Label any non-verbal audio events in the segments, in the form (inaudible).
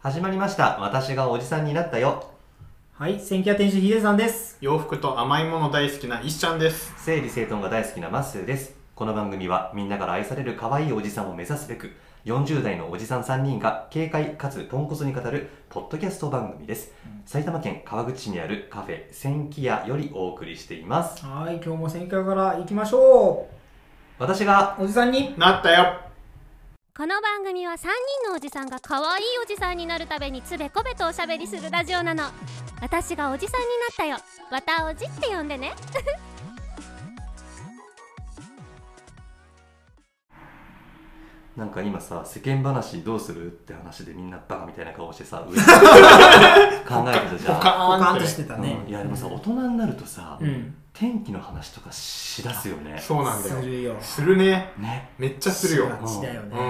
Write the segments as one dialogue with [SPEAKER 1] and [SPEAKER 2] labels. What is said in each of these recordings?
[SPEAKER 1] 始まりました。私がおじさんになったよ。
[SPEAKER 2] はい、千家店主ヒデさんです。
[SPEAKER 3] 洋服と甘いもの大好きな一ちゃんです。
[SPEAKER 1] 整理整頓が大好きなマッスーです。この番組はみんなから愛される可愛いおじさんを目指すべく、40代のおじさん3人が軽快かつポンコツに語るポッドキャスト番組です。埼玉県川口市にあるカフェ、千木屋よりお送りしています。
[SPEAKER 2] はい、今日も千家から行きましょ
[SPEAKER 1] 私が、
[SPEAKER 2] う。おじさんに。
[SPEAKER 3] なったよ
[SPEAKER 4] この番組は3人のおじさんが可愛いおじさんになるためにつべこべとおしゃべりするラジオなの私がおじさんになったよわたおじって呼んでね
[SPEAKER 1] なんか今さ、世間話どうするって話でみんなバカみたいな顔してさ、上 (laughs) 考えてたじ
[SPEAKER 3] ポカ
[SPEAKER 1] ゃん。
[SPEAKER 2] ポカ
[SPEAKER 3] ー
[SPEAKER 2] ン
[SPEAKER 3] ン
[SPEAKER 2] と
[SPEAKER 3] っ
[SPEAKER 2] して
[SPEAKER 3] て。
[SPEAKER 2] たね
[SPEAKER 1] う。んいやでもさ、大人になるとさ、
[SPEAKER 2] うん。
[SPEAKER 1] 天気の話とかしだすよね。
[SPEAKER 3] そうなん
[SPEAKER 2] す
[SPEAKER 3] だよ。
[SPEAKER 2] るよ。
[SPEAKER 3] するね。
[SPEAKER 1] ね。
[SPEAKER 3] めっちゃするよ。
[SPEAKER 2] がちだよね。
[SPEAKER 3] う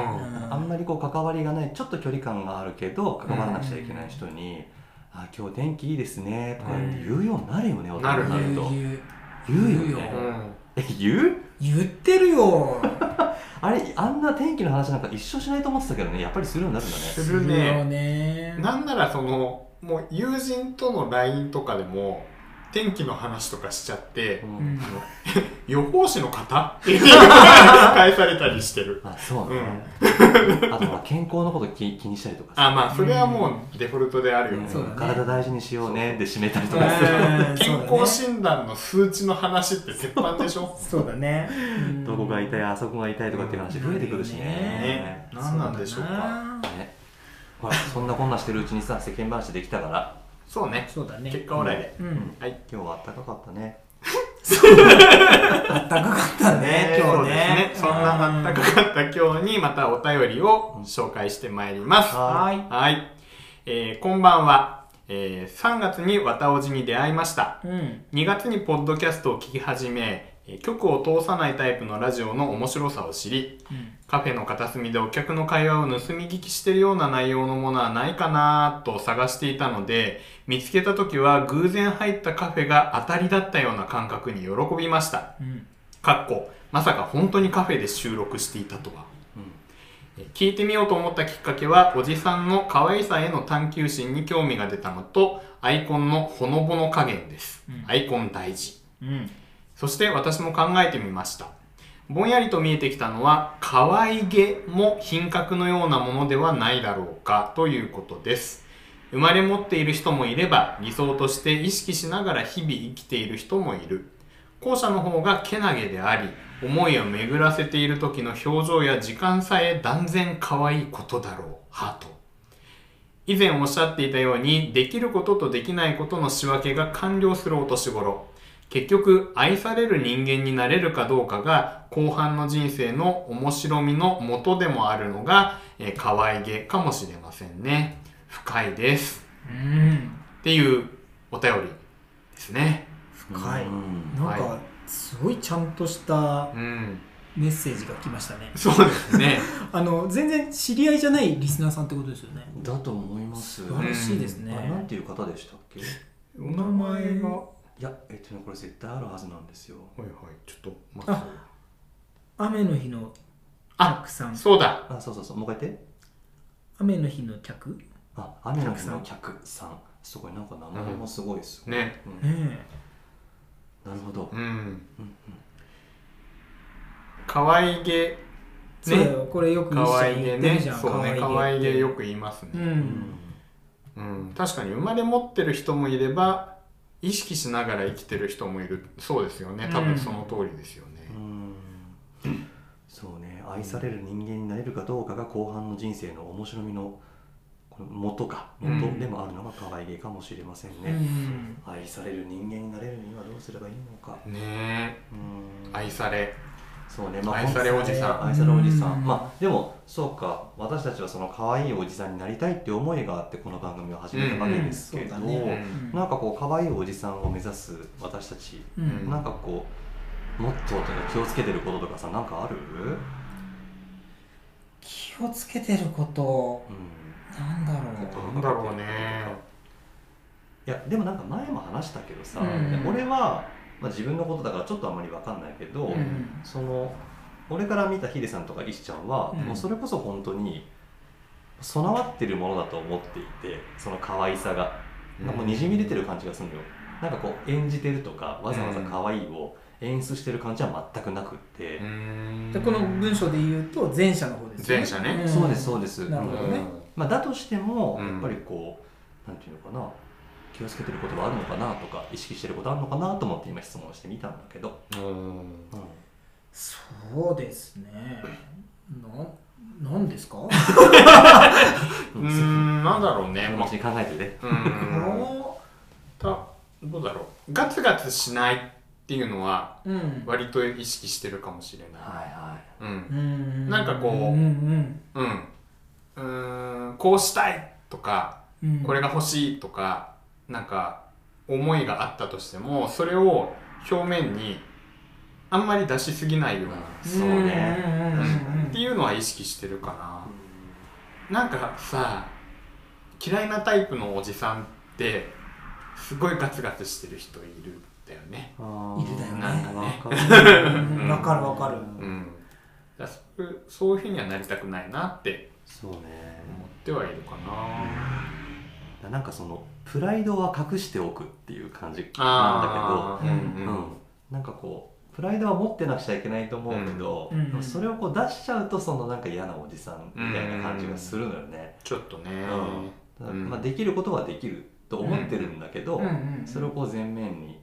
[SPEAKER 3] ん
[SPEAKER 1] あんまりこう関わりがないちょっと距離感があるけど関わらなくちゃいけない人に「あ今日天気いいですね」とかって言うようになるよね、大人になると
[SPEAKER 2] 言う
[SPEAKER 1] 言うよ
[SPEAKER 3] う
[SPEAKER 1] ね
[SPEAKER 3] ん。
[SPEAKER 1] え言う
[SPEAKER 2] 言う言ってるよ。
[SPEAKER 1] あれあんな天気の話なんか一生しないと思ってたけどねやっぱりするようになるんだね
[SPEAKER 3] する
[SPEAKER 2] よ
[SPEAKER 3] ね。
[SPEAKER 2] ね。
[SPEAKER 3] なんならその、もう友人との LINE とかでも、天気の話とかしちゃって
[SPEAKER 1] う、
[SPEAKER 2] うんん。
[SPEAKER 3] 予報士の
[SPEAKER 2] (laughs)
[SPEAKER 3] 方っていう返されたりしてる。
[SPEAKER 1] あそうね、あとまあ健康のこと気気にしたりとか
[SPEAKER 3] あ、
[SPEAKER 1] さ、
[SPEAKER 3] まあ、それはもうデフォルトであるよ
[SPEAKER 1] うん
[SPEAKER 3] ね。
[SPEAKER 2] そうだね
[SPEAKER 1] 体大事にしようねで締めたりと
[SPEAKER 2] う
[SPEAKER 1] か
[SPEAKER 2] ん
[SPEAKER 1] する、
[SPEAKER 2] うん
[SPEAKER 3] 健康診断の数値の話って鉄板でしょ
[SPEAKER 2] そうだね。うん
[SPEAKER 1] どこが痛いあそこが痛いとかっていう話増えてくるしね,、
[SPEAKER 2] ね
[SPEAKER 3] 何なんでしょうか。
[SPEAKER 1] ねほらそんなこんなしてるうちにさ世間話できたから
[SPEAKER 3] そうね。
[SPEAKER 2] そうだね。
[SPEAKER 3] 結果オーライで。
[SPEAKER 2] うん。
[SPEAKER 3] はい。
[SPEAKER 1] 今日は暖かかったね
[SPEAKER 2] あったかかったね、今日ね。
[SPEAKER 3] そうですね。そんな暖かかった今日にまたお便りを紹介してまいります。
[SPEAKER 1] は
[SPEAKER 2] は
[SPEAKER 3] はい。えーこんばんは。えー3月にわたおじに出会いました。
[SPEAKER 2] い。うん。
[SPEAKER 3] 2月にポッドキャストを聞き始め、えー曲を通さないタイプのラジオの面白さを知り、
[SPEAKER 2] うん
[SPEAKER 3] カフェの片隅でお客の会話を盗み聞きしてるような内容のものはないかなと探していたので、見つけた時は偶然入ったカフェが当たりだったような感覚に喜びました。
[SPEAKER 2] うん。
[SPEAKER 3] かっこまさか本当にカフェで収録していたとは、え聞いてみようと思ったきっかけはおじさんの可愛さへの探求心に興味が出たのとアイコンのほのぼの加減です、
[SPEAKER 2] うん
[SPEAKER 3] アイコン大事
[SPEAKER 2] うん。
[SPEAKER 3] そして私も考えてみましたぼんやりと見えてきたのは可愛げも品格のようなものではないだろうかということです生まれ持っている人もいれば理想として意識しながら日々生きている人もいる後者の方がけなげであり思いを巡らせている時の表情や時間さえ断然可愛いことだろうハート以前おっしゃっていたようにできることとできないことの仕分けが完了するお年頃結局愛される人間になれるかどうかが後半の人生の面白みの元でもあるのが、えー可愛げかもしれませんね深いです
[SPEAKER 2] うん。
[SPEAKER 3] っていうお便りですね
[SPEAKER 2] 深い。
[SPEAKER 1] うん
[SPEAKER 2] なんか、すごいちゃんとした
[SPEAKER 3] うん
[SPEAKER 2] メッセージが来ましたね。
[SPEAKER 3] そうですね
[SPEAKER 2] あの全然知り合いじゃないリスナーさんってことですよね。
[SPEAKER 1] だと思います。
[SPEAKER 2] 素晴らしいですね
[SPEAKER 1] あ。れなんていう方でしたっけ？い
[SPEAKER 3] お名前がは
[SPEAKER 1] や、えっとねこれ絶対あるはずなんですよ。
[SPEAKER 3] いはいちょっと待って
[SPEAKER 2] 雨の日の
[SPEAKER 3] あ
[SPEAKER 2] 客さん。
[SPEAKER 3] そうだ
[SPEAKER 1] あ、そうそうそう。もう一回言って。
[SPEAKER 2] 雨の日の客。ね
[SPEAKER 1] あ、雨の日の客さん。すごいなんか名前もすごいです、
[SPEAKER 3] ね
[SPEAKER 1] うん
[SPEAKER 2] え。
[SPEAKER 1] なるほど
[SPEAKER 3] う。ん
[SPEAKER 1] うん
[SPEAKER 3] 可愛げ
[SPEAKER 2] そうだよ。これよく
[SPEAKER 3] 可愛
[SPEAKER 2] 言
[SPEAKER 3] げ
[SPEAKER 2] ってる
[SPEAKER 3] ね
[SPEAKER 2] じゃん。
[SPEAKER 3] そうね可愛げよ
[SPEAKER 2] く。
[SPEAKER 3] く言いますね
[SPEAKER 2] う
[SPEAKER 1] うん
[SPEAKER 2] ん。
[SPEAKER 3] うん、確かに生まれ持ってる人もいれば意識しながら生きてる人もいるそうですよね多
[SPEAKER 2] う
[SPEAKER 3] 分
[SPEAKER 2] ん
[SPEAKER 3] その通りですよね、
[SPEAKER 1] うんそうね。愛される人間になれるかどうかが後半の人生の面白みのこの元か
[SPEAKER 3] うん
[SPEAKER 1] 元でもあるのが可愛げかもしれません
[SPEAKER 2] う
[SPEAKER 1] ね。
[SPEAKER 2] ん。
[SPEAKER 1] 愛される人間になれるにはどうすればいいのか。
[SPEAKER 3] ね
[SPEAKER 1] うん
[SPEAKER 3] え愛され
[SPEAKER 1] そうね、
[SPEAKER 3] 愛されおじさ
[SPEAKER 1] ん
[SPEAKER 3] ん
[SPEAKER 1] 愛されおじさん、
[SPEAKER 2] うん
[SPEAKER 1] まあでもそうか私たちはその可愛いおじさんになりたいって思いがあってこの番組を始めたわけですけど、
[SPEAKER 2] うんうんそう
[SPEAKER 3] だ
[SPEAKER 2] う
[SPEAKER 3] ね
[SPEAKER 2] ん
[SPEAKER 1] なんかこう可愛いおじさんを目指す私たち、
[SPEAKER 2] う。
[SPEAKER 3] うん
[SPEAKER 1] なんかこうモットーとか気をつけてることとかさなんかある、
[SPEAKER 2] 気をつけてること。
[SPEAKER 1] うん、
[SPEAKER 2] なんだろ
[SPEAKER 3] なんだろうね
[SPEAKER 1] いやでもなんか前も話したけどさ、
[SPEAKER 2] うん
[SPEAKER 1] 俺は、まあ、自分のことだからちょっとあんまり分かんないけど、
[SPEAKER 2] う。うん。
[SPEAKER 1] その俺から見たヒデさんとか石ちゃんは、
[SPEAKER 2] うん
[SPEAKER 1] もうそれこそ本当に備わってるものだと思っていてその可愛さが、なんかもうにじみ出てる感じがするのよなんかこう演じてるとかわざわざ可愛いを演出してる感じは全くなくって、
[SPEAKER 3] うん
[SPEAKER 2] でこの文章で言うと前者の方ですよね
[SPEAKER 3] 前者ね
[SPEAKER 2] ん
[SPEAKER 1] そうですそうです
[SPEAKER 2] なるほどね
[SPEAKER 1] うんまあ、だとしても、
[SPEAKER 3] うん
[SPEAKER 1] やっぱりこうなんていうのかな気をつけてることはあるのかなとか意識してることあるのかなと思って今質問してみたんだけど、
[SPEAKER 3] うん
[SPEAKER 2] そうですねなんなんですか
[SPEAKER 3] うーん、なんだろうね。
[SPEAKER 1] (laughs) 気
[SPEAKER 3] ま
[SPEAKER 1] 持ちに考えてね、
[SPEAKER 3] あ、うーん
[SPEAKER 2] も
[SPEAKER 3] た、どうだろう。ガツガツしないっていうのは、
[SPEAKER 2] ううん
[SPEAKER 3] 割と意識してるかもしれない。
[SPEAKER 1] はいは
[SPEAKER 3] うん。
[SPEAKER 2] うん
[SPEAKER 3] なんかこう
[SPEAKER 2] うんうん
[SPEAKER 3] うん。うーん、こうしたいとか、
[SPEAKER 2] うん
[SPEAKER 3] これが欲しいとか、なんか、思いがあったとしても、それを表面に、あんまり出しすぎないように
[SPEAKER 1] そうね
[SPEAKER 2] うんうんうんうん
[SPEAKER 3] っていうのは意識してるかな、なんかさ嫌いなタイプのおじさんってすごいガツガツしてる人いるんだよね
[SPEAKER 1] い
[SPEAKER 2] いるだよね
[SPEAKER 1] なんかわか
[SPEAKER 2] うんわかるわかる
[SPEAKER 3] うんだからそうそういうふうにはなりたくないなって
[SPEAKER 1] そうね
[SPEAKER 3] 思ってはいるかな
[SPEAKER 1] なんかそのプライドは隠しておくっていう感じなんだ
[SPEAKER 3] ー
[SPEAKER 1] け
[SPEAKER 3] う
[SPEAKER 1] ど、
[SPEAKER 3] んうん
[SPEAKER 1] うんなんかこうプライドは持ってなくちゃいけないと思うけど、
[SPEAKER 2] うんうん
[SPEAKER 1] でもそれをこう出しちゃうとそのなんか嫌なおじさんみたいな感じがするのよね、
[SPEAKER 3] ちょっとね、
[SPEAKER 1] ただ
[SPEAKER 3] うん
[SPEAKER 1] まあ、できることはできると思ってるんだけど、
[SPEAKER 2] うんうんうん
[SPEAKER 1] それをこう前面に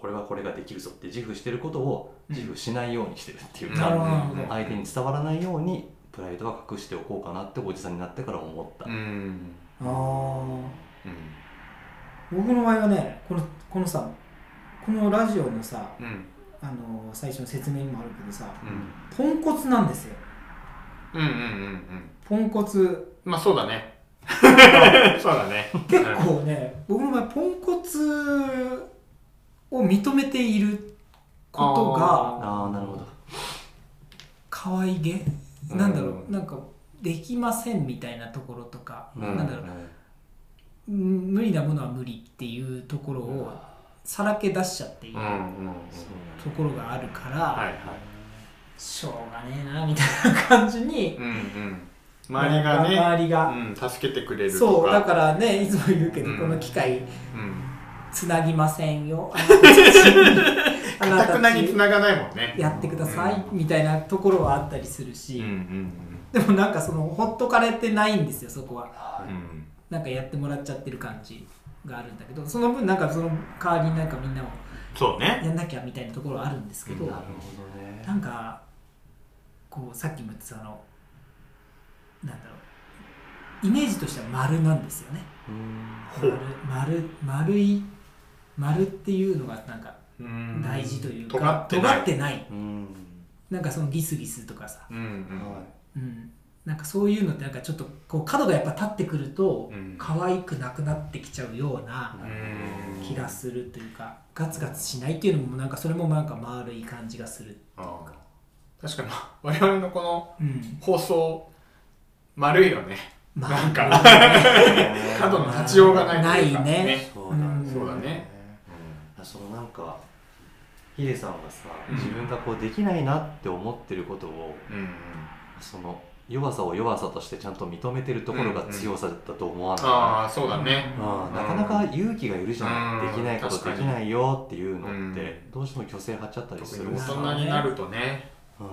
[SPEAKER 1] これはこれができるぞって自負してることを自負しないようにしてるっていう
[SPEAKER 2] なる
[SPEAKER 1] か、
[SPEAKER 2] ほど
[SPEAKER 3] うん
[SPEAKER 1] 相手に伝わらないようにプライドは隠しておこうかなっておじさんになってから思った、
[SPEAKER 3] うんうん
[SPEAKER 2] ああ僕の場合はねこのこのさこのラジオのさ
[SPEAKER 3] うんうん
[SPEAKER 2] あの最初の説明にもあるけどさ
[SPEAKER 3] う
[SPEAKER 2] ポ
[SPEAKER 3] ん
[SPEAKER 2] ンコツなんですよ
[SPEAKER 3] うんうんうん
[SPEAKER 2] ポンコツ
[SPEAKER 3] まあそうだねそうだね
[SPEAKER 2] 結構ね、僕の場合ポンコツを認めていることが
[SPEAKER 1] ああなるほど
[SPEAKER 2] 可愛げ
[SPEAKER 3] うん
[SPEAKER 2] なんだろうなんかできませんみたいなところとか、
[SPEAKER 1] うん
[SPEAKER 2] なんだろううん無理なものは無理っていうところをさらけ出しちゃっている
[SPEAKER 3] うんうんうん
[SPEAKER 2] ところがあるから、
[SPEAKER 3] はいはい
[SPEAKER 2] しょうがねえなみたいな感じに
[SPEAKER 3] うんうん周りがね
[SPEAKER 2] 周りが、
[SPEAKER 3] うん、助けてくれるとか
[SPEAKER 2] そうだからねいつも言うけど、
[SPEAKER 3] うん
[SPEAKER 2] この機械
[SPEAKER 3] うん、
[SPEAKER 2] つなぎません
[SPEAKER 3] (laughs)
[SPEAKER 2] よあなたたちあ
[SPEAKER 3] か
[SPEAKER 2] な
[SPEAKER 3] たくなに繋
[SPEAKER 2] たち
[SPEAKER 3] がないもんね
[SPEAKER 2] やってくださいみたいなところはあったりするし、
[SPEAKER 3] うん
[SPEAKER 2] でもなんかそのほっとかれてないんですよそこは
[SPEAKER 3] うんうん
[SPEAKER 2] なんかやってもらっちゃってる感じがあるんだけどその分なんかその代わりになんかみんなを
[SPEAKER 3] そうね
[SPEAKER 2] やんなきゃみたいなところはあるんですけど、
[SPEAKER 3] うん
[SPEAKER 1] なるほどね
[SPEAKER 2] なんかこうさっきも言ってたあのなんだろうイメージとしては丸なんですよね
[SPEAKER 1] うん
[SPEAKER 3] ほ
[SPEAKER 2] 丸
[SPEAKER 3] う
[SPEAKER 2] 丸丸い丸っていうのがなんか大事というか
[SPEAKER 3] 尖ってない
[SPEAKER 2] てない
[SPEAKER 1] うん
[SPEAKER 2] なんかそのギスギスとかさ、
[SPEAKER 3] うんうん
[SPEAKER 1] は
[SPEAKER 2] うん、なんかそういうのってなんかちょっとこう角がやっぱ立ってくると
[SPEAKER 3] うん
[SPEAKER 2] 可愛くなくなってきちゃうような
[SPEAKER 3] うん
[SPEAKER 2] 気がするというかガツガツしないっていうのもなんかそれもなんか丸い感じがする、
[SPEAKER 3] あー確かにまあ我々のこの
[SPEAKER 2] うん、
[SPEAKER 3] 放送丸いよね
[SPEAKER 2] ま
[SPEAKER 3] なん
[SPEAKER 2] あ
[SPEAKER 3] か (laughs)
[SPEAKER 1] い
[SPEAKER 3] 角の立ちようがないというか
[SPEAKER 2] ないね
[SPEAKER 1] そうだね
[SPEAKER 2] うん
[SPEAKER 3] そうだね
[SPEAKER 1] そのなんかヒデさんがさ
[SPEAKER 3] うん
[SPEAKER 1] 自分がこうできないなって思ってることを
[SPEAKER 3] うんうん
[SPEAKER 1] その弱さを弱さとしてちゃんと認めてるところが強さだと思わない、
[SPEAKER 3] ああそうだね
[SPEAKER 1] うんなかなか勇気がいるじゃない、
[SPEAKER 3] うん
[SPEAKER 1] できないこと
[SPEAKER 3] 確か
[SPEAKER 1] で
[SPEAKER 3] に
[SPEAKER 1] きないよっていうのって、
[SPEAKER 3] うん
[SPEAKER 1] どうしても虚勢張っちゃったりす
[SPEAKER 3] 特
[SPEAKER 1] る
[SPEAKER 3] に大
[SPEAKER 1] さ
[SPEAKER 3] 人になるとね
[SPEAKER 1] うん
[SPEAKER 3] うん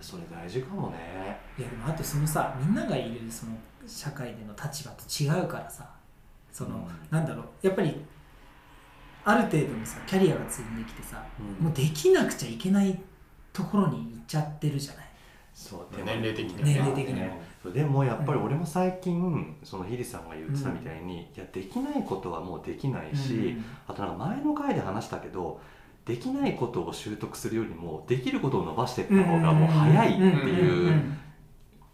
[SPEAKER 1] それ大事かもね
[SPEAKER 2] いやでもあとそのさみんながいるその社会での立場と違うからさその、
[SPEAKER 1] うん
[SPEAKER 2] なんだろうやっぱりある程度のさキャリアが積んできてさ、
[SPEAKER 1] うん
[SPEAKER 2] もうできなくちゃいけないところに行っちゃってるじゃない
[SPEAKER 1] そう
[SPEAKER 3] 年齢的には
[SPEAKER 2] ね年齢的には
[SPEAKER 1] そうでもやっぱり俺も最近そのヒリさんが言ってたみたいに、いやできないことはもうできないし、
[SPEAKER 2] うん
[SPEAKER 1] あとなんか前の回で話したけどできないことを習得するよりもできることを伸ばしていった方がもう早いって
[SPEAKER 2] んん
[SPEAKER 1] い
[SPEAKER 2] ん
[SPEAKER 1] うん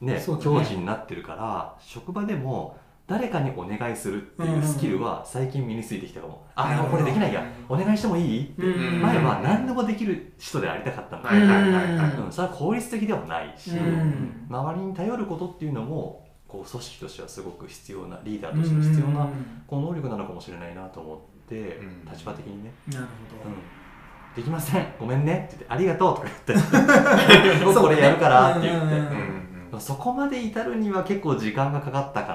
[SPEAKER 1] ね、
[SPEAKER 2] そうだね
[SPEAKER 1] 教師になってるから職場でも誰かにお願いするっていうスキルは最近身についてきたかも、
[SPEAKER 2] なる
[SPEAKER 1] あ
[SPEAKER 2] ほど
[SPEAKER 1] これできないやお願いしてもいいって、
[SPEAKER 2] うん
[SPEAKER 1] 前は何でもできる人でありたかったんだ
[SPEAKER 3] は
[SPEAKER 1] け
[SPEAKER 3] い
[SPEAKER 1] ど、
[SPEAKER 3] はいはいはい
[SPEAKER 2] うん
[SPEAKER 1] うんそれは効率的ではないし、
[SPEAKER 2] うん
[SPEAKER 1] 周りに頼ることっていうのもこう組織としてはすごく必要なリーダーとしての必要な、
[SPEAKER 2] うん
[SPEAKER 1] こう能力なのかもしれないなと思って、
[SPEAKER 3] うん
[SPEAKER 1] 立場的にね、
[SPEAKER 2] なる
[SPEAKER 1] う
[SPEAKER 2] ほ
[SPEAKER 1] ん
[SPEAKER 2] ど、
[SPEAKER 1] できま
[SPEAKER 2] (laughs)
[SPEAKER 1] せんごめんねって言ってありがとうとか言って僕これやるからって言って、
[SPEAKER 2] そうねうん
[SPEAKER 3] うんうん
[SPEAKER 1] まあ、そこまで至るには結構時間がかかったか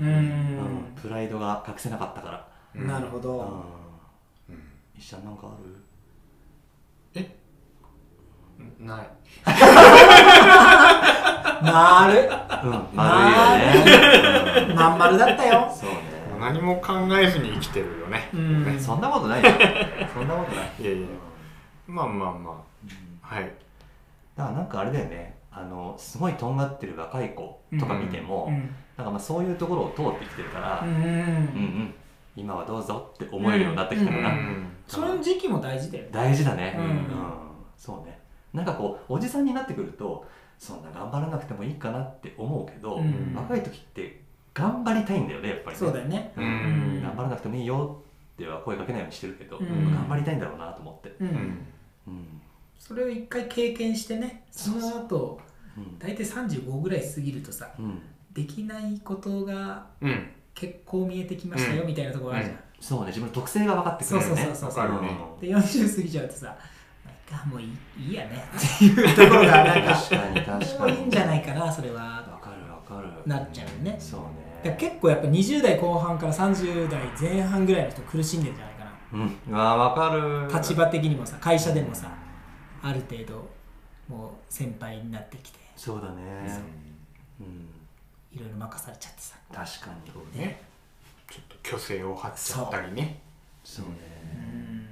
[SPEAKER 1] な、
[SPEAKER 2] うん
[SPEAKER 1] うんプライドが隠せなかったから、
[SPEAKER 3] うん
[SPEAKER 2] なるほ
[SPEAKER 1] うん
[SPEAKER 2] ど、
[SPEAKER 1] 石ちゃんなんかある
[SPEAKER 3] うんない
[SPEAKER 1] うん丸いよ
[SPEAKER 2] まる
[SPEAKER 1] ね、
[SPEAKER 2] まん丸だっ
[SPEAKER 1] (laughs)
[SPEAKER 2] た
[SPEAKER 1] うん
[SPEAKER 2] よ
[SPEAKER 1] そうね
[SPEAKER 3] 何も考えずに生きてるよね
[SPEAKER 2] うん
[SPEAKER 1] ねそんなことないよそんなことない
[SPEAKER 3] いやいや
[SPEAKER 1] うん
[SPEAKER 3] まあまあま
[SPEAKER 1] うん
[SPEAKER 3] あはい
[SPEAKER 1] だからなんかあれだよねあのすごいとんがってる若い子とか見ても、
[SPEAKER 2] うん
[SPEAKER 1] なんかまあそういうところを通ってきてるから、
[SPEAKER 2] う
[SPEAKER 1] うん
[SPEAKER 2] ん
[SPEAKER 1] うん今はどうぞって思えるようになってきたか
[SPEAKER 3] う
[SPEAKER 1] な、
[SPEAKER 3] ん
[SPEAKER 2] そういう時期も大事だよね
[SPEAKER 1] 大事だね、
[SPEAKER 2] うん
[SPEAKER 1] そうねなんかこうおじさんになってくるとそんな頑張らなくてもいいかなって思うけど、
[SPEAKER 2] うん
[SPEAKER 1] 若い時って頑張りたいんだよねやっぱりね
[SPEAKER 2] そうだよね
[SPEAKER 1] う
[SPEAKER 3] うんん
[SPEAKER 1] 頑張らなくてもいいよっては声かけないようにしてるけど、
[SPEAKER 2] うん
[SPEAKER 1] 頑張りたいんだろうなと思って、
[SPEAKER 2] う
[SPEAKER 3] うんん
[SPEAKER 1] うん
[SPEAKER 2] それを一回経験してねその後
[SPEAKER 1] うん
[SPEAKER 2] 大体35ぐらい過ぎるとさ
[SPEAKER 1] うん、
[SPEAKER 2] できないことが
[SPEAKER 3] うん
[SPEAKER 2] 結構見えてきましたよ
[SPEAKER 3] うん
[SPEAKER 2] みたいなところあるじゃん、
[SPEAKER 1] そうね自分の特性が分かってくるよね
[SPEAKER 2] そうそうそう
[SPEAKER 3] そうわかるね
[SPEAKER 1] ん
[SPEAKER 2] で40過ぎちゃうとさなんかもういいいいやねっていうところがなんか
[SPEAKER 1] 確かに確
[SPEAKER 2] も
[SPEAKER 1] か
[SPEAKER 2] う
[SPEAKER 1] に
[SPEAKER 2] いいんじゃないかなそれは
[SPEAKER 1] わかるわかる
[SPEAKER 2] なっちゃうね
[SPEAKER 1] そう
[SPEAKER 2] だから
[SPEAKER 1] ね
[SPEAKER 2] 結構やっぱ20代後半から30代前半ぐらいの人苦しんでんじゃないかな
[SPEAKER 1] うんうわーわかる
[SPEAKER 2] 立場的にもさ会社でもさある程度もう先輩になってきて
[SPEAKER 1] そうだねうん
[SPEAKER 2] いろいろ任されちゃってさ
[SPEAKER 1] 確かに
[SPEAKER 3] そうねちょっと虚勢を張っちゃったりね
[SPEAKER 1] そう
[SPEAKER 2] う
[SPEAKER 1] ね
[SPEAKER 2] ん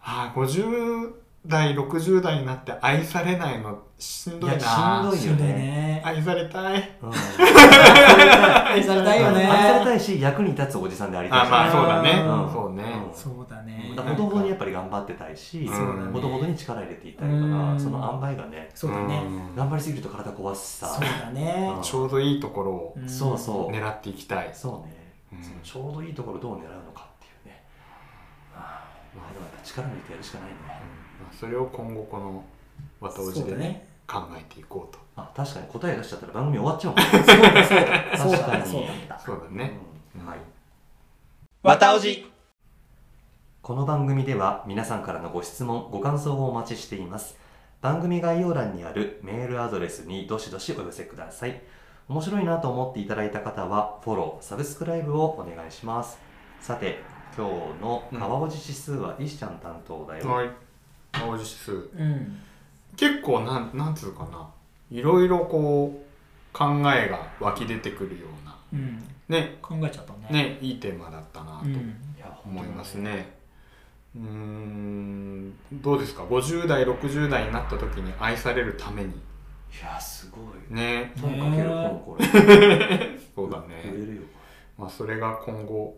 [SPEAKER 3] ああ50代60代になって愛されないのしんどいない
[SPEAKER 1] やしんどい
[SPEAKER 2] しんどいね
[SPEAKER 3] 愛されたい
[SPEAKER 1] うん
[SPEAKER 2] (laughs)
[SPEAKER 1] 愛
[SPEAKER 2] 愛されたいよね
[SPEAKER 1] されたいし役に立つおじさんでありたい
[SPEAKER 3] あ
[SPEAKER 1] し
[SPEAKER 3] まあそうだね
[SPEAKER 1] うん
[SPEAKER 3] そうね
[SPEAKER 1] うん
[SPEAKER 2] そうだね
[SPEAKER 1] だからほどほどにやっぱり頑張ってたいし
[SPEAKER 3] そうだね
[SPEAKER 1] ほどほどに力入れていたいから
[SPEAKER 2] うん
[SPEAKER 1] その塩梅がね
[SPEAKER 2] そうだね
[SPEAKER 3] うん
[SPEAKER 1] 頑張りすぎると体壊すさ
[SPEAKER 2] そうだね
[SPEAKER 1] うん
[SPEAKER 3] ちょうどいいところを
[SPEAKER 2] うん
[SPEAKER 1] そうそう
[SPEAKER 3] 狙っていきたい
[SPEAKER 1] そうね、
[SPEAKER 3] うん
[SPEAKER 1] そのちょうどいいところをどう狙うのかっていうね、ああ、まあでもやっぱ力抜いてやるしかないね、
[SPEAKER 3] まあそれを今後この綿おじ
[SPEAKER 2] そう
[SPEAKER 3] で
[SPEAKER 2] だ
[SPEAKER 3] ね
[SPEAKER 2] ね
[SPEAKER 3] 考えていこうと
[SPEAKER 1] あ確かに答え出しちゃったら番組終わっちゃうもんね
[SPEAKER 2] (laughs) そうだそうだそう
[SPEAKER 1] 確か
[SPEAKER 2] だ
[SPEAKER 1] に
[SPEAKER 2] そうだった
[SPEAKER 3] そうだね、
[SPEAKER 1] うんはい
[SPEAKER 2] 綿おじ
[SPEAKER 1] この番組では皆さんからのご質問ご感想をお待ちしています番組概要欄にあるメールアドレスにどしどしお寄せください面白いなと思っていただいた方はフォローサブスクライブをお願いしますさて今日の川尾指数は石ちゃん担当だよ、
[SPEAKER 3] はい青じ指数
[SPEAKER 2] うん
[SPEAKER 3] 結構なんなんつうかないろいろこう考えが湧き出てくるような
[SPEAKER 2] うん
[SPEAKER 3] ね
[SPEAKER 2] 考えちゃったね
[SPEAKER 3] ねいいテーマだったな
[SPEAKER 2] う
[SPEAKER 3] と
[SPEAKER 2] ん
[SPEAKER 1] いや本当
[SPEAKER 3] 思い
[SPEAKER 1] に
[SPEAKER 3] ますねうーんどうですか50代60代になった時に愛されるために
[SPEAKER 1] いやすごい
[SPEAKER 3] ね
[SPEAKER 1] 本かける本これ
[SPEAKER 3] そうだ
[SPEAKER 1] 売
[SPEAKER 3] ね、
[SPEAKER 1] れるよ
[SPEAKER 3] まあ、それが今後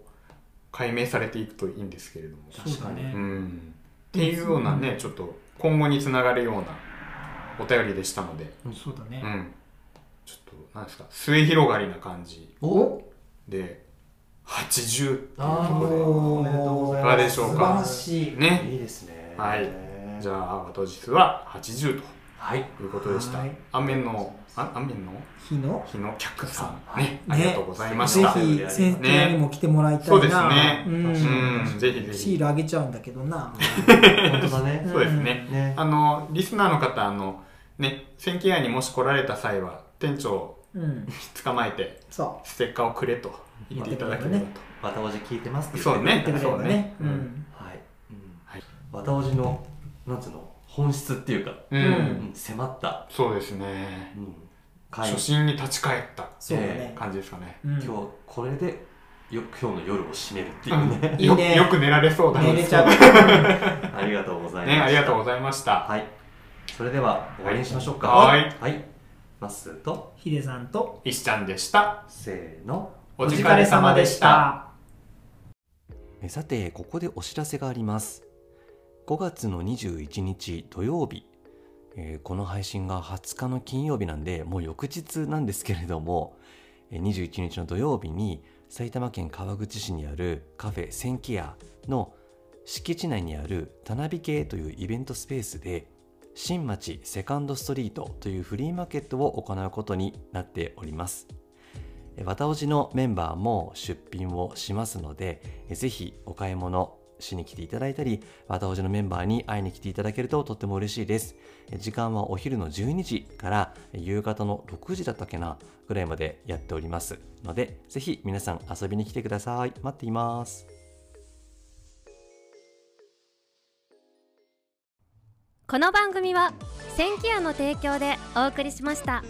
[SPEAKER 3] 解明されていくといいんですけれども
[SPEAKER 2] そうだ
[SPEAKER 1] 確
[SPEAKER 2] ね
[SPEAKER 3] うんっていうようなねちょっと今後につながるようなお便りでしたので、
[SPEAKER 2] うんそうだね
[SPEAKER 3] うん、ちょっとなんですか末広がりな感じ
[SPEAKER 1] お
[SPEAKER 3] で80っていうと
[SPEAKER 1] あー
[SPEAKER 3] こ
[SPEAKER 1] おめでとうござい
[SPEAKER 3] いかが
[SPEAKER 1] ま
[SPEAKER 3] ですしょうか
[SPEAKER 2] 素晴らし
[SPEAKER 3] ろで
[SPEAKER 2] い
[SPEAKER 3] ね
[SPEAKER 1] いいですね
[SPEAKER 3] はいじ
[SPEAKER 1] じゃ
[SPEAKER 3] ゃあ私は80と
[SPEAKER 1] はい
[SPEAKER 3] いうことでした
[SPEAKER 2] はい
[SPEAKER 3] 雨のあ雨の
[SPEAKER 2] 日の
[SPEAKER 3] 日野客さん
[SPEAKER 1] ね
[SPEAKER 3] ねありがとうございま
[SPEAKER 2] ぜ
[SPEAKER 3] した、
[SPEAKER 2] ひ先生にも来てもらいたいな
[SPEAKER 3] そうですね
[SPEAKER 2] うん
[SPEAKER 3] うんぜひぜ
[SPEAKER 2] シー
[SPEAKER 3] ひ
[SPEAKER 2] ルあげちゃうんだけどな
[SPEAKER 1] 本当だね
[SPEAKER 3] そうですね、 (laughs)
[SPEAKER 1] ね
[SPEAKER 3] あのリスナーの方あのね千景屋にもし来られた際は店長を
[SPEAKER 2] うん
[SPEAKER 3] 捕まえて
[SPEAKER 2] そ
[SPEAKER 3] ステッカーをくれと言っていただければと、
[SPEAKER 2] 言っ
[SPEAKER 1] わたおじ聞いてますって
[SPEAKER 3] そ
[SPEAKER 1] 言っ
[SPEAKER 3] う
[SPEAKER 1] て
[SPEAKER 2] う
[SPEAKER 3] ね
[SPEAKER 2] 言ってくれればね
[SPEAKER 3] そうね
[SPEAKER 2] うん
[SPEAKER 1] はいうん
[SPEAKER 3] はい
[SPEAKER 1] わたおじのなんつうの本質っていうか
[SPEAKER 3] うん
[SPEAKER 1] うん迫った
[SPEAKER 3] そうですね
[SPEAKER 1] うん回
[SPEAKER 3] 初心に立ち返った
[SPEAKER 2] そうだね
[SPEAKER 3] 感じですかね、
[SPEAKER 2] 今
[SPEAKER 1] 今日これでよ今日の夜を締めるっていうね
[SPEAKER 2] いいね
[SPEAKER 3] よよく寝られそうだ
[SPEAKER 2] 寝
[SPEAKER 3] ね
[SPEAKER 2] れちゃう
[SPEAKER 1] (laughs) ありがとうございます
[SPEAKER 3] ねありがとうございました
[SPEAKER 1] はいそれでは終わりにしましょうか
[SPEAKER 3] はい
[SPEAKER 1] はいまっすーと
[SPEAKER 2] (laughs) ヒデさんと
[SPEAKER 3] 石ちゃんでした
[SPEAKER 1] せーの
[SPEAKER 3] お疲れ様でした
[SPEAKER 1] えさてここでお知らせがあります5月の21日土曜日、えーこの配信が20日の金曜日なんでもう翌日なんですけれどもえー21日の土曜日に埼玉県川口市にあるカフェセンキヤの敷地内にある田辺系というイベントスペースで新町セカンドストリートというフリーマーケットを行うことになっておりますえーわたおじのメンバーも出品をしますのでえーぜひお買い物しに来ていただいたり、わたおじのメンバーに会いに来ていただけるととっても嬉しいです。え時間はお昼の12時からえ夕方の6時だったっけなぐらいまでやっておりますので、ぜひ皆さん遊びに来てください。待っています。
[SPEAKER 4] この番組は「千キヤの提供でお送りしました。